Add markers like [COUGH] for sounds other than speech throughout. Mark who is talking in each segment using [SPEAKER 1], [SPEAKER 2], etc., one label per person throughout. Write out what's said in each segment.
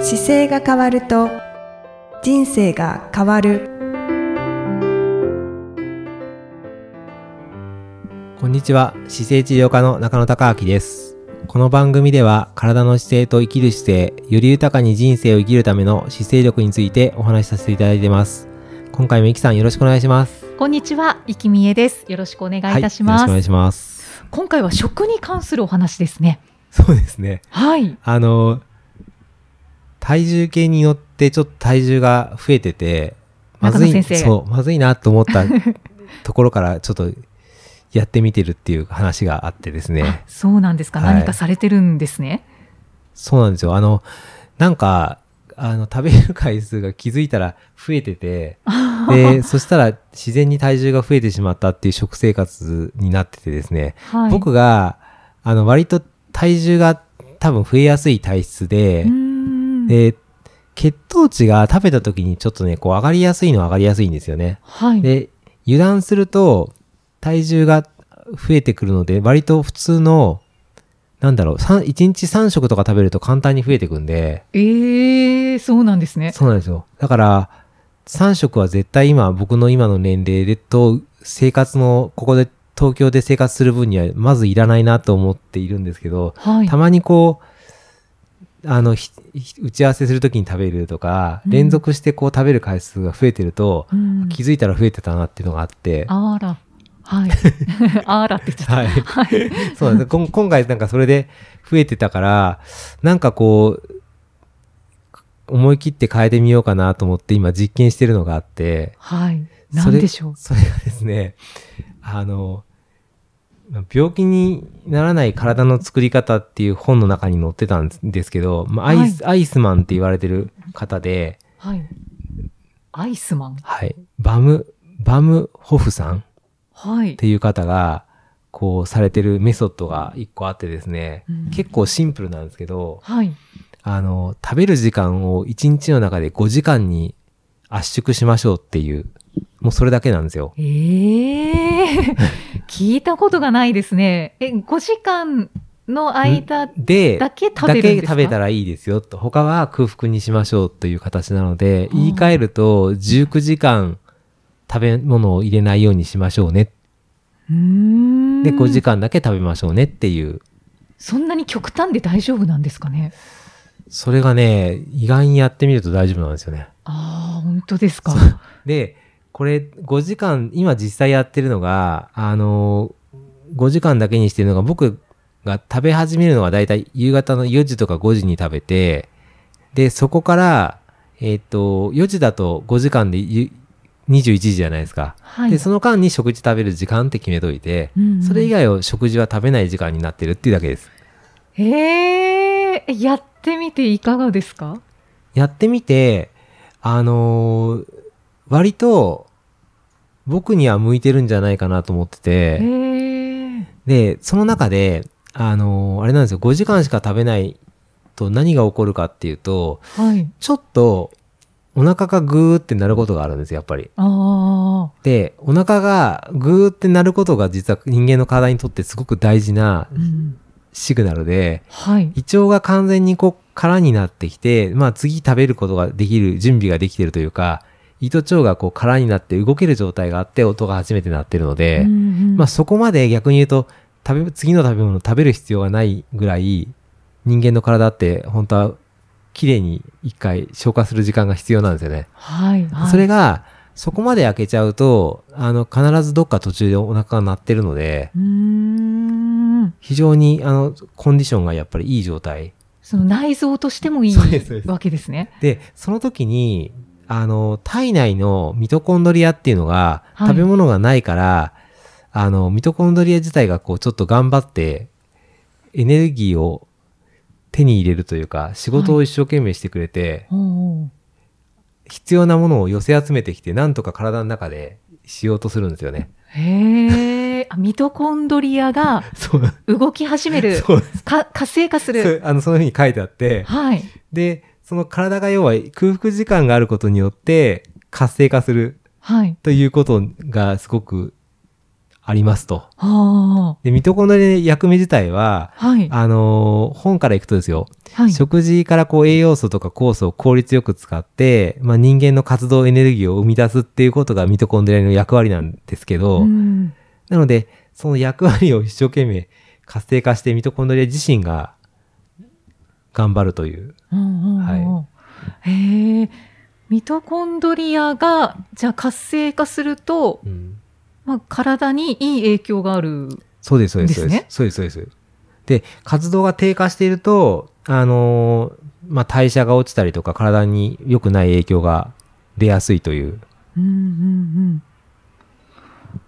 [SPEAKER 1] 姿勢が変わると人生が変わる
[SPEAKER 2] こんにちは姿勢治療科の中野孝明ですこの番組では体の姿勢と生きる姿勢より豊かに人生を生きるための姿勢力についてお話しさせていただいてます今回もいきさんよろしくお願いします
[SPEAKER 3] こんにちは、生きみえです。よろしくお願いいたします。
[SPEAKER 2] はい、よろしくお願いします
[SPEAKER 3] 今回は食に関するお話ですね。
[SPEAKER 2] そうですね
[SPEAKER 3] はい。
[SPEAKER 2] あの体重計に乗ってちょっと体重が増えててまずい
[SPEAKER 3] 中野先生
[SPEAKER 2] そうまずいなと思ったところからちょっとやってみてるっていう話があってですね
[SPEAKER 3] あそうなんですか。
[SPEAKER 2] はい
[SPEAKER 3] 何かされてるんですね。
[SPEAKER 2] そうなんですよ。あの、なんか、あの、食べる回数が気づいたら増えてて、
[SPEAKER 3] [LAUGHS]
[SPEAKER 2] で、そしたら自然に体重が増えてしまったっていう食生活になっててですね、
[SPEAKER 3] はい。
[SPEAKER 2] 僕が、あの、割と体重が多分増えやすい体質で
[SPEAKER 3] うー、ん
[SPEAKER 2] で、血糖値が食べた時にちょっとね、こう上がりやすいのは上がりやすいんですよね。
[SPEAKER 3] はい。
[SPEAKER 2] で、油断すると体重が増えてくるので、割と普通の、なんだろう、1日3食とか食べると簡単に増えてくんで、
[SPEAKER 3] ええー、そうなんですね。
[SPEAKER 2] そうなんですよ。だから、3食は絶対今、僕の今の年齢でと、生活の、ここで、東京で生活する分には、まずいらないなと思っているんですけど、
[SPEAKER 3] はい
[SPEAKER 2] た。まにこう、あの、ひひ打ち合わせするときに食べるとか、
[SPEAKER 3] うん
[SPEAKER 2] 連続してこう食べる回数が増えてると、
[SPEAKER 3] うん
[SPEAKER 2] 気づいたら増えてたなっていうのがあって、
[SPEAKER 3] あら。
[SPEAKER 2] [LAUGHS]
[SPEAKER 3] はい。あらって言っちゃった。
[SPEAKER 2] はい
[SPEAKER 3] はい。
[SPEAKER 2] そうなんです。こん今回なんかそれで増えてたから、なんかこう、思い切って変えてみようかなと思って今実験してるのがあって、
[SPEAKER 3] はい。
[SPEAKER 2] そ
[SPEAKER 3] 何
[SPEAKER 2] れ
[SPEAKER 3] でしょう。
[SPEAKER 2] それ [LAUGHS] がですね、あの、病気にならない体の作り方っていう本の中に載ってたんですけど、まあ、アイス、アイスマンって言われてる方で、
[SPEAKER 3] はい。アイスマン。
[SPEAKER 2] はい、バム、バムホフさんっ
[SPEAKER 3] はい。
[SPEAKER 2] ていう方が、こうされてるメソッドが一個あってですね、
[SPEAKER 3] うん
[SPEAKER 2] 結構シンプルなんですけど、
[SPEAKER 3] はい。
[SPEAKER 2] あの、食べる時間を1日の中で5時間に圧縮しましょうっていう、もうそれだけなんですよ。[LAUGHS]
[SPEAKER 3] ええー、聞いたことがないですね。え、5時間の間
[SPEAKER 2] で、
[SPEAKER 3] だけ食べるんで
[SPEAKER 2] だ
[SPEAKER 3] すか
[SPEAKER 2] け食べたらいいですよと。他は空腹にしましょうという形なので、
[SPEAKER 3] うん
[SPEAKER 2] 言い換えると19時間食べ物を入れないようにしましょうね。
[SPEAKER 3] うーん
[SPEAKER 2] で、5時間だけ食べましょうねっていう。
[SPEAKER 3] そんなに極端で大丈夫なんですかね。
[SPEAKER 2] それがね、意外にやってみると大丈夫なんですよね。
[SPEAKER 3] ああ、本当ですか。
[SPEAKER 2] で、これ5時間、今実際やってるのが、あのー、5時間だけにしてるのが、僕が食べ始めるのがだいたい夕方の4時とか5時に食べて、で、そこから、えっ、と、4時だと5時間でゆ21時じゃないですか。
[SPEAKER 3] はい。
[SPEAKER 2] で、その間に食事食べる時間って決めといて、
[SPEAKER 3] うんうん
[SPEAKER 2] それ以外を食事は食べない時間になってるっていうだけです。
[SPEAKER 3] へえ、やってみていかがですか
[SPEAKER 2] やってみて、あのー割と、僕には向いてるんじゃないかなと思ってて、
[SPEAKER 3] へえ。
[SPEAKER 2] で、その中で、あのーあれなんですよ、5時間しか食べないと何が起こるかっていうと、
[SPEAKER 3] はい。
[SPEAKER 2] ちょっとお腹がグーってなることがあるんですよ、やっぱり。
[SPEAKER 3] ああ。
[SPEAKER 2] で、お腹がグーってなることが実は人間の体にとってすごく大事な
[SPEAKER 3] うん。
[SPEAKER 2] シグナルで、
[SPEAKER 3] はい。
[SPEAKER 2] 胃腸が完全にこう空になってきて、まあ次食べることができる、準備ができてるというか、胃と腸がこう空になって動ける状態があって音が初めて鳴ってるので、まあ、そこまで逆に言うと食べ次の食べ物を食べる必要がないぐらい人間の体って本当は綺麗に一回消化する時間が必要なんですよね。
[SPEAKER 3] はい。はい。
[SPEAKER 2] それがそこまで開けちゃうとあの必ずどっか途中でお腹が鳴ってるので
[SPEAKER 3] うーん。
[SPEAKER 2] 非常にあのコンディションがやっぱりいい状態
[SPEAKER 3] その内臓としてもいい
[SPEAKER 2] そうですそうです
[SPEAKER 3] わけですね。
[SPEAKER 2] でその時にあの体内のミトコンドリアっていうのが
[SPEAKER 3] はい
[SPEAKER 2] 食べ物がないから、あのミトコンドリア自体がこうちょっと頑張ってエネルギーを手に入れるというか仕事を一生懸命してくれて、
[SPEAKER 3] おお。
[SPEAKER 2] 必要なものを寄せ集めてきてなんとか体の中でしようとするんですよね。
[SPEAKER 3] へえ。あミトコンドリアが
[SPEAKER 2] そう
[SPEAKER 3] 動き始める、
[SPEAKER 2] [LAUGHS] そうです
[SPEAKER 3] か活性化す
[SPEAKER 2] そう
[SPEAKER 3] る。
[SPEAKER 2] あのそのように書いてあって
[SPEAKER 3] はい。
[SPEAKER 2] でその体が要は空腹時間があることによって活性化する
[SPEAKER 3] はい。
[SPEAKER 2] ということがすごくありますと。
[SPEAKER 3] あ
[SPEAKER 2] で、ミトコンドリアの役目自体は、
[SPEAKER 3] あ。はい。
[SPEAKER 2] あのー本からいくとですよ、
[SPEAKER 3] はい。
[SPEAKER 2] 食事からこう栄養素とか酵素を効率よく使って、まあ、人間の活動エネルギーを生み出すっていうことがミトコンドリアの役割なんですけど、
[SPEAKER 3] うん
[SPEAKER 2] なので、その役割を一生懸命活性化してミトコンドリア自身が頑張るという。
[SPEAKER 3] うんうんうんうんへえ。ミトコンドリアが、じゃあ活性化すると、まあ、体にいい影響がある。
[SPEAKER 2] そうです、そうです、
[SPEAKER 3] で
[SPEAKER 2] そ
[SPEAKER 3] す
[SPEAKER 2] うで
[SPEAKER 3] ね
[SPEAKER 2] す。そうです、そうです。で、活動が低下していると、あのーまあ、代謝が落ちたりとか、体に良くない影響が出やすいという。
[SPEAKER 3] うんうんうん。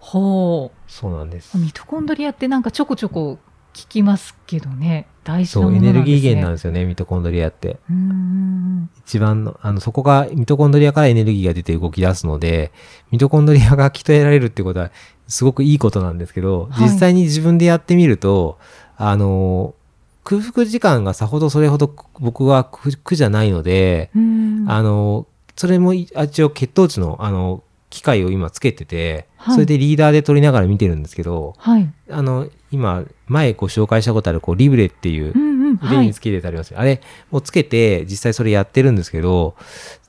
[SPEAKER 3] ほ
[SPEAKER 2] そうなんです
[SPEAKER 3] う。。ミトコンドリアってなんかちょこちょこ聞きますけどね。大事
[SPEAKER 2] そ
[SPEAKER 3] なも
[SPEAKER 2] う、
[SPEAKER 3] の
[SPEAKER 2] エ
[SPEAKER 3] なんですね。
[SPEAKER 2] ネルギー源なんですよね、ミトコンドリアって。
[SPEAKER 3] うんうん
[SPEAKER 2] 一番の、あの、そこが、ミトコンドリアからエネルギーが出て動き出すので、ミトコンドリアが鍛えられるってことは、すごくいいことなんですけど、
[SPEAKER 3] はい
[SPEAKER 2] 実際に自分でやってみると、あの、空腹時間がさほどそれほど僕は苦苦じゃないので、
[SPEAKER 3] うん。うん
[SPEAKER 2] あの、それもい一応血糖値の、あの、機械を今つけてて、
[SPEAKER 3] はい
[SPEAKER 2] それでリーダーで撮りながら見てるんですけど、
[SPEAKER 3] はい。
[SPEAKER 2] あの、今、前ご紹介したことある、こう、リブレっていう
[SPEAKER 3] う、んうん。は
[SPEAKER 2] 腕
[SPEAKER 3] い
[SPEAKER 2] に。つけてたりますよ、あれもうつけて実際それやってるんですけど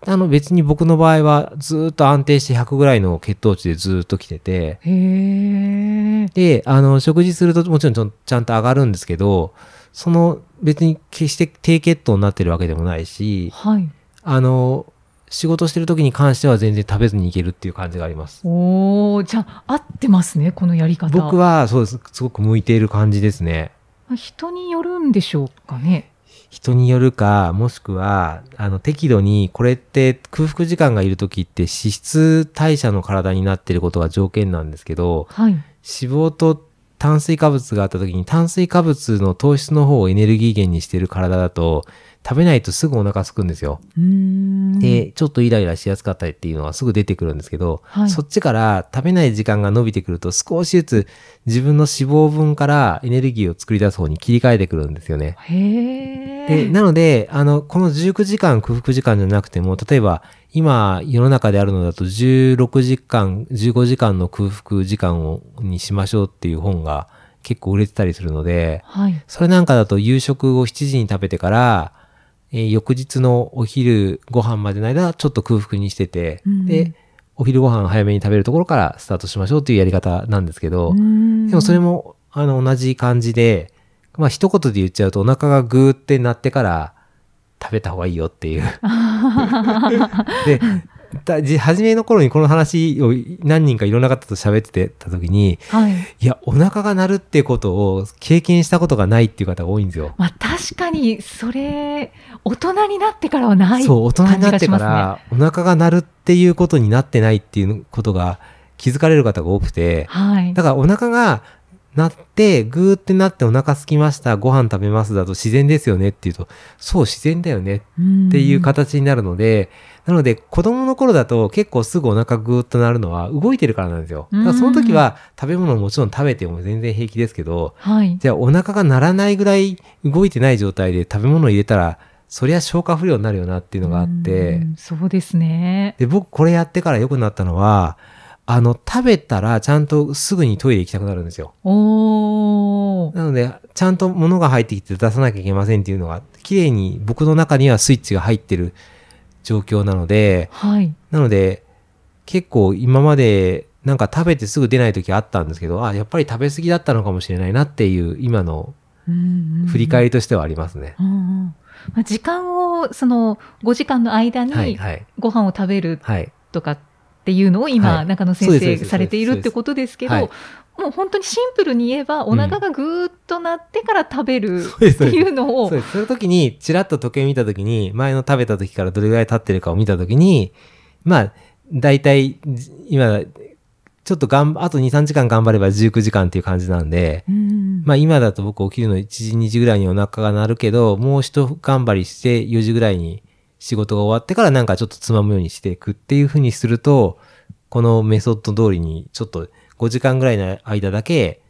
[SPEAKER 2] あの別に僕の場合はずーっと安定して100ぐらいの血糖値でずーっと来てて
[SPEAKER 3] へえ。
[SPEAKER 2] であの食事するともちろんちょんちゃんと上がるんですけどその別に決して低血糖になってるわけでもないし
[SPEAKER 3] はい。
[SPEAKER 2] あの仕事してる時に関しては全然食べずにいけるっていう感じがあります
[SPEAKER 3] おお、じゃあ合ってますね、このやり方。
[SPEAKER 2] 僕
[SPEAKER 3] は。
[SPEAKER 2] はそうですすごく向いている感じですね
[SPEAKER 3] 人によるんでしょうかね。
[SPEAKER 2] 人によるか、もしくは、あの、適度に、これって空腹時間がいるときって脂質代謝の体になっていることが条件なんですけど、
[SPEAKER 3] はい。
[SPEAKER 2] 脂肪と炭水化物があったときに炭水化物の糖質の方をエネルギー源にしている体だと、食べないとすぐお腹空くんですよ。
[SPEAKER 3] うーん。
[SPEAKER 2] で、ちょっとイライラしやすかったりっていうのはすぐ出てくるんですけど、
[SPEAKER 3] はい
[SPEAKER 2] そっちから食べない時間が伸びてくると少しずつ自分の脂肪分からエネルギーを作り出す方に切り替えてくるんですよね。
[SPEAKER 3] へ
[SPEAKER 2] で、
[SPEAKER 3] え。
[SPEAKER 2] なので、あの、この19時間、空腹時間じゃなくても、例えば、今、世の中であるのだと、16時間、15時間の空腹時間を、にしましょうっていう本が結構売れてたりするので、
[SPEAKER 3] はい。
[SPEAKER 2] それなんかだと、夕食を7時に食べてから、えー翌日のお昼ご飯までの間、ちょっと空腹にしてて、
[SPEAKER 3] うん
[SPEAKER 2] で、お昼ご飯を早めに食べるところからスタートしましょうっていうやり方なんですけど、
[SPEAKER 3] で
[SPEAKER 2] でもそれも、あの、同じ感じで、まあ、一言で言っちゃうと、お腹がグーってなってから、食べた方がいいよって
[SPEAKER 3] [LAUGHS]
[SPEAKER 2] いう。で、だじ初めの頃にこの話を何人かいろんな方と喋ってた時に、
[SPEAKER 3] はい。
[SPEAKER 2] いや、お腹が鳴るってことを経験したことがないっていう方が多いんですよ。
[SPEAKER 3] まあ確かに、それ、大人になってからはない。
[SPEAKER 2] そう、大人になってか
[SPEAKER 3] 感じが
[SPEAKER 2] ら、お腹が鳴るっていうことになってないっていうことが気づかれる方が多くて、
[SPEAKER 3] はい。
[SPEAKER 2] だからお腹が鳴って、ぐーってなってお腹空きました、ご飯食べますだと自然ですよねっていうと、そう自然だよね
[SPEAKER 3] っ
[SPEAKER 2] っていう。形になるので、なので子供の頃だと結構すぐお腹ぐーっとなるのは動いてるからなんですよ。だからその時は食べ物ももちろん食べても全然平気ですけど、
[SPEAKER 3] はい。
[SPEAKER 2] じゃあお腹が鳴らないぐらい動いてない状態で食べ物を入れたら、そりゃ消化不良になるよなっていうのがあって、
[SPEAKER 3] うん。そうですね。
[SPEAKER 2] で、僕これやってから良くなったのは、あの、食べたらちゃんとすぐにトイレ行きたくなるんですよ。
[SPEAKER 3] おー。
[SPEAKER 2] なので、ちゃんと物が入ってきて出さなきゃいけませんっていうのが、綺麗に僕の中にはスイッチが入ってる状況なので、
[SPEAKER 3] はい。
[SPEAKER 2] なので、結構今までなんか食べてすぐ出ない時あったんですけど、あ、やっぱり食べ過ぎだったのかもしれないなっていう今の振
[SPEAKER 3] 振
[SPEAKER 2] り返りとしてはありますね。
[SPEAKER 3] うんうんまあ、時間をその5時間の間
[SPEAKER 2] はい、
[SPEAKER 3] に
[SPEAKER 2] はい、
[SPEAKER 3] ご飯を食べる
[SPEAKER 2] はい。
[SPEAKER 3] とかっていうのを今、
[SPEAKER 2] はい
[SPEAKER 3] 中野
[SPEAKER 2] そ
[SPEAKER 3] 先
[SPEAKER 2] うですそう
[SPEAKER 3] 生
[SPEAKER 2] です
[SPEAKER 3] されているってことですけど、
[SPEAKER 2] そうです
[SPEAKER 3] もう本当にシンプルに言えばお腹がぐーっとなってから食べる
[SPEAKER 2] うです
[SPEAKER 3] っていう
[SPEAKER 2] [LAUGHS]
[SPEAKER 3] の
[SPEAKER 2] そ
[SPEAKER 3] を
[SPEAKER 2] うです。その時に、ちらっと時計見た時に、前の食べた時からどれぐらい経ってるかを見た時に、まあ、大体、じ今、ちょっとがん、あと2、3時間頑張れば19時間っていう感じなんで、
[SPEAKER 3] うん
[SPEAKER 2] まあ今だと僕起きるの1時2時ぐらいにお腹が鳴るけど、もう一頑張りして4時ぐらいに仕事が終わってからなんかちょっとつまむようにしていくっていう風にすると、このメソッド通りにちょっと5時間ぐらいの間だけ、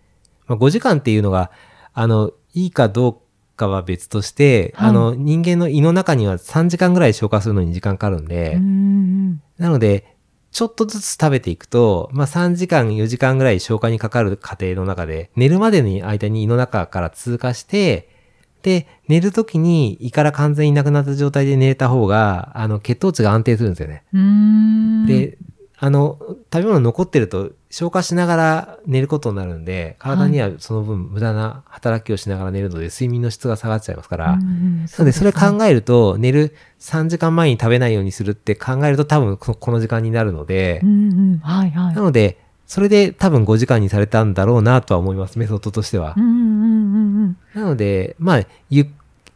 [SPEAKER 2] まあ5時間っていうのが、あの、いいかどうかは別として、
[SPEAKER 3] はい
[SPEAKER 2] あの人間の胃の中には3時間ぐらい消化するのに時間かかるんで、
[SPEAKER 3] うん
[SPEAKER 2] なので、ちょっとずつ食べていくと、まあ、3時間、4時間ぐらい消化にかかる過程の中で、寝るまでの間に胃の中から通過して、で、寝る時に胃から完全になくなった状態で寝た方が、あの、血糖値が安定するんですよね。
[SPEAKER 3] うーん。
[SPEAKER 2] で、あの、食べ物残ってると消化しながら寝ることになるんで、体にはその分無駄な働きをしながら寝るので、睡眠の質が下がっちゃいますから、
[SPEAKER 3] うん、
[SPEAKER 2] なので、それ考
[SPEAKER 3] え、
[SPEAKER 2] えると、寝る3時間前に食べないようにするって考えると多分ここの時間になるので
[SPEAKER 3] う、んうん、はいはい
[SPEAKER 2] な。ので、それで多分5時間にされたんだろうなとは思います、メソッドとしては
[SPEAKER 3] う。んうんうんうん。
[SPEAKER 2] なので、まあ、ゆ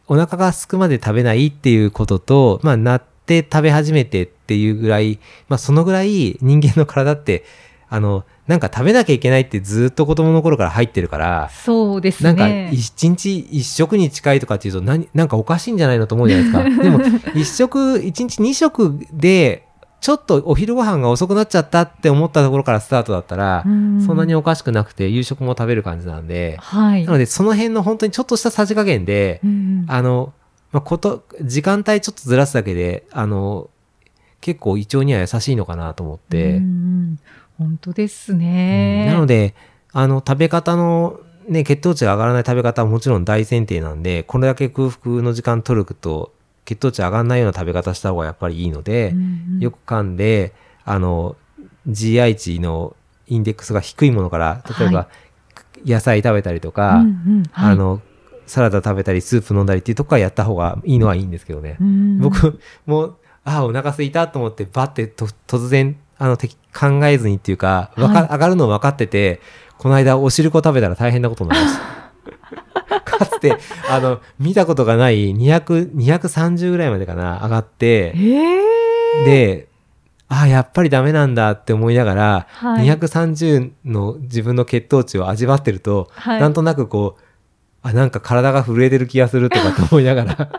[SPEAKER 2] お腹が空くまで食べないっていうことと、まあ、なって食べ始めてっていうぐらい、まあ、そのぐらい人間の体って、あの、なんか食べなきゃいけないってずっと子供の頃から入ってるから、
[SPEAKER 3] そうです
[SPEAKER 2] な
[SPEAKER 3] ね。
[SPEAKER 2] んか一日一食に近いとかっていうと何なんかおかしいんじゃないのと思うじゃない
[SPEAKER 3] [LAUGHS]
[SPEAKER 2] ですかでも一食一日二食でちょっとお昼ご飯が遅くなっちゃったって思ったところからスタートだったら、
[SPEAKER 3] うん
[SPEAKER 2] そんなにおかしくなくて夕食も食べる感じなんで、
[SPEAKER 3] はい。
[SPEAKER 2] なのでその辺の本当にちょっとしたさじ加減で、
[SPEAKER 3] うん
[SPEAKER 2] あの、まあこと時間帯ちょっとずらすだけであの結構胃腸には優しいのかなと思って。
[SPEAKER 3] うんうん本当です
[SPEAKER 2] う
[SPEAKER 3] ね
[SPEAKER 2] ん。なの
[SPEAKER 3] で、
[SPEAKER 2] で、あの、食べ方の、ね、血糖値が上がらない食べ方はもちろん大前提なんで、これだけ空腹の時間取ると、血糖値上がらないような食べ方した方がやっぱりいいので、よ
[SPEAKER 3] く、
[SPEAKER 2] く噛んで、あの、GI 値のインデックスが低いものから、例えば、
[SPEAKER 3] は
[SPEAKER 2] 野菜食べたりとか、
[SPEAKER 3] うんうんはい
[SPEAKER 2] あの、サラダ食べたり、スープ飲んだりっていうとこからやった方がいいのはいいんですけどね。
[SPEAKER 3] うん
[SPEAKER 2] 僕もうああお腹空いたと思ってバッてと突然あのてき考えずにっていうかわか、
[SPEAKER 3] はい
[SPEAKER 2] 上がるの分かっててこの間お汁粉食べたら大変なことになりました
[SPEAKER 3] [LAUGHS]
[SPEAKER 2] かつてあの見たことがない200 230ぐらいまでかな上がって
[SPEAKER 3] ええ
[SPEAKER 2] でああやっぱりダメなんだって思いながら、
[SPEAKER 3] はい
[SPEAKER 2] 230の自分の血糖値を味わってると、
[SPEAKER 3] はい
[SPEAKER 2] なんとなくこうあなんか体が震えてる気がするとかって思いながら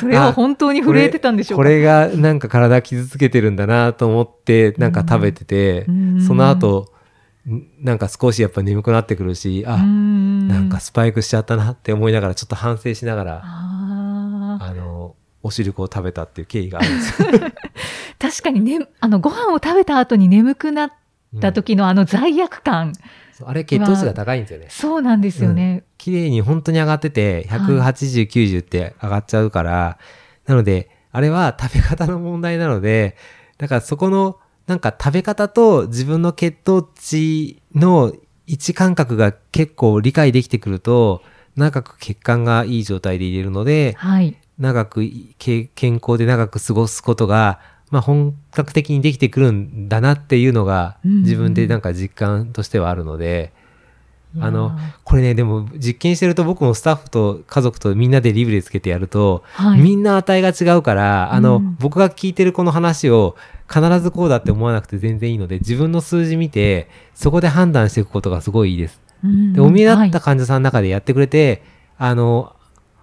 [SPEAKER 3] それは本当に [LAUGHS] 震えてたんでしょう
[SPEAKER 2] こ
[SPEAKER 3] か。
[SPEAKER 2] れがなんか体傷つけてるんだなと思ってなんか食べてて、
[SPEAKER 3] うん
[SPEAKER 2] その後んなんか少しやっぱ眠くなってくるしあ、な
[SPEAKER 3] なん
[SPEAKER 2] かスパイクしちゃったなって思いながらちょっと反省しながら
[SPEAKER 3] あー
[SPEAKER 2] あのお汁粉を食べたっていう経緯があるんです
[SPEAKER 3] [LAUGHS]
[SPEAKER 2] よ。
[SPEAKER 3] 確かにね、あの、ご飯を食べた後に眠くなっ
[SPEAKER 2] うん
[SPEAKER 3] た時のあの罪悪感、
[SPEAKER 2] そうあれ血糖値が高いんですよね。
[SPEAKER 3] そうなんですよね。
[SPEAKER 2] 綺麗に本当に上がってて
[SPEAKER 3] はい
[SPEAKER 2] 180、90って上がっちゃうからなのであれは食べ方の問題なのでだからそこのなんか食べ方と自分の血糖値の位置感覚が結構理解できてくると長く血管がいい状態で入れるので
[SPEAKER 3] はい。
[SPEAKER 2] 長くいけ健康で長く過ごすことが、まあ、本格的にできてくるんだなっていうのが
[SPEAKER 3] うん
[SPEAKER 2] 自分でなんか実感としてはあるので。あ
[SPEAKER 3] いや
[SPEAKER 2] の
[SPEAKER 3] ー、
[SPEAKER 2] これね、でも実験してると僕もスタッフと家族とみんなでリブレつけてやると、
[SPEAKER 3] はい、
[SPEAKER 2] みんな値が違うから、あの、
[SPEAKER 3] うん
[SPEAKER 2] 僕が聞いてるこの話を必ずこうだって思わなくて全然いいので、自分の数字見て、そこで判断していくことがすごいいいです。で、お見えだった
[SPEAKER 3] か、
[SPEAKER 2] 患者さんの中でやってくれて、あの、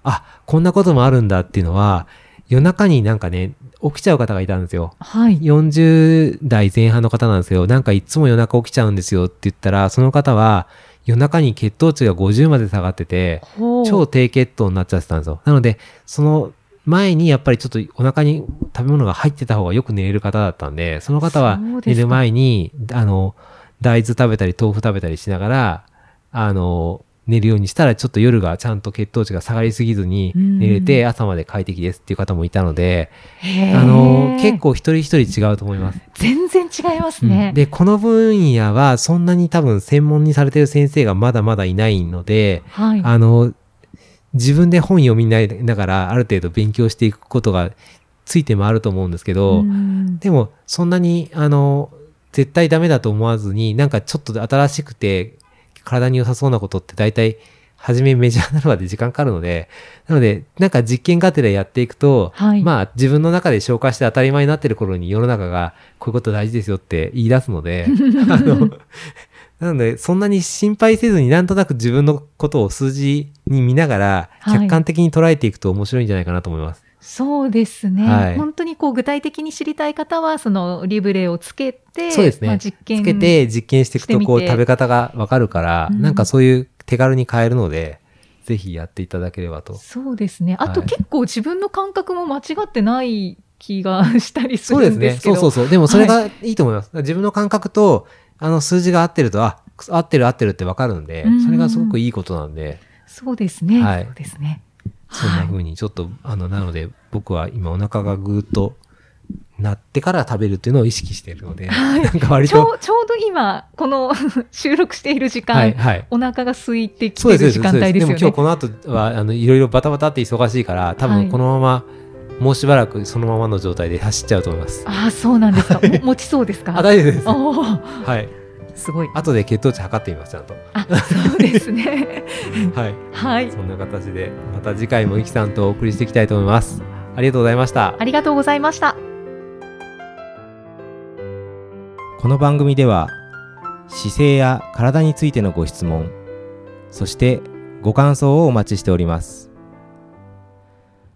[SPEAKER 2] あ、こんなこともあるんだっていうのは、夜中になんかね、起きちゃう方がいたんですよ。
[SPEAKER 3] はい。はい
[SPEAKER 2] 40代前半の方なんですけど、なんかいつも夜中起きちゃうんですよって言ったら、その方は夜中に血糖値が50まで下がってて、
[SPEAKER 3] ほう
[SPEAKER 2] 超低血糖になっちゃってたんですよ。なので、その前にやっぱりちょっとお腹に食べ物が入ってた方がよく寝れる方だったんで、その方は
[SPEAKER 3] そうで
[SPEAKER 2] 寝
[SPEAKER 3] すか
[SPEAKER 2] る前に、あの、大豆食べたり豆腐食べたりしながら、あの、寝るようにしたらちょっと夜がちゃんと血糖値が下がりすぎずに寝れて朝まで快適ですっていう方もいたので、
[SPEAKER 3] へー
[SPEAKER 2] あの、結構一人一人違うと思います。
[SPEAKER 3] 全然違いますね。
[SPEAKER 2] で、この分野はそんなに多分専門にされてる先生がまだまだいないので、
[SPEAKER 3] はい。
[SPEAKER 2] あの、自分で本読みながらある程度勉強していくことがついてもあると思うんですけど、
[SPEAKER 3] うん
[SPEAKER 2] でもそんなに、あの、絶対ダメだと思わずに、なんかちょっと新しくて体に良さそうなことって大体、初めメジャーになるまで時間かかるので、なので、なんか実験過程でやっていくと、
[SPEAKER 3] はい
[SPEAKER 2] まあ自分の中で消化して当たり前になってる頃に世の中がこういうこと大事ですよって言い出すの
[SPEAKER 3] [LAUGHS]
[SPEAKER 2] で、あの、なのでそんなに心配せずになんとなく自分のことを数字に見ながら
[SPEAKER 3] はい
[SPEAKER 2] 客観的に捉えていくと面白いんじゃないかなと思います。
[SPEAKER 3] そうですね、
[SPEAKER 2] はい
[SPEAKER 3] 本当にこう具体的に知りたい方はそのリブレをつけて
[SPEAKER 2] そうですね
[SPEAKER 3] まあ、実験
[SPEAKER 2] つけて実験していくとこう
[SPEAKER 3] してみて
[SPEAKER 2] 食べ方がわかるから、
[SPEAKER 3] うん
[SPEAKER 2] なんかそういう手軽に買えるので、ぜひやっていただければと。
[SPEAKER 3] そうですねあと
[SPEAKER 2] はい
[SPEAKER 3] 結構自分の感覚も間違ってない気がしたりす
[SPEAKER 2] そう
[SPEAKER 3] る
[SPEAKER 2] です
[SPEAKER 3] んで
[SPEAKER 2] ね。
[SPEAKER 3] すけ
[SPEAKER 2] そ
[SPEAKER 3] ど。
[SPEAKER 2] うそうそう。でもそれがいいと思います。自分の感覚と、あの数字が合ってると、あ、合ってる合ってるってわかるんで
[SPEAKER 3] うんうん、
[SPEAKER 2] それがすごくいいことなんで、
[SPEAKER 3] そうですね。
[SPEAKER 2] はい
[SPEAKER 3] そうですね。
[SPEAKER 2] そんな
[SPEAKER 3] はい
[SPEAKER 2] 風にちょっと、あの、なので僕は今お腹がぐーっとなってから食べるっていうのを意識しているので、
[SPEAKER 3] はい
[SPEAKER 2] なんか割
[SPEAKER 3] ちょ
[SPEAKER 2] と、
[SPEAKER 3] うちょうど今、この [LAUGHS] 収録している時間、
[SPEAKER 2] はい、はい。
[SPEAKER 3] お腹が空いてき
[SPEAKER 2] そう
[SPEAKER 3] て
[SPEAKER 2] です、そうです。そ
[SPEAKER 3] る時間
[SPEAKER 2] うです
[SPEAKER 3] 帯
[SPEAKER 2] で
[SPEAKER 3] で
[SPEAKER 2] す
[SPEAKER 3] よ
[SPEAKER 2] も
[SPEAKER 3] ね。
[SPEAKER 2] 今日この後は、あの、いろいろバタバタって忙しいから、多
[SPEAKER 3] はい
[SPEAKER 2] 分このまま、もうしばらくそのままの状態で走っちゃうと思います。
[SPEAKER 3] ああ、そうなんですか。も持ちそうですか。
[SPEAKER 2] あ、大丈夫です。
[SPEAKER 3] おー
[SPEAKER 2] はい。
[SPEAKER 3] すごい。
[SPEAKER 2] 後で血糖値測ってみます、ちゃんと。
[SPEAKER 3] [LAUGHS] あ、そうですね。 [LAUGHS]
[SPEAKER 2] はい。
[SPEAKER 3] はい。
[SPEAKER 2] そんな形で、また次回もいきさんとお送りしていきたいと思います。ありがとうございました。
[SPEAKER 3] ありがとうございました。
[SPEAKER 4] この番組では姿勢や体についてのご質問そしてご感想をお待ちしております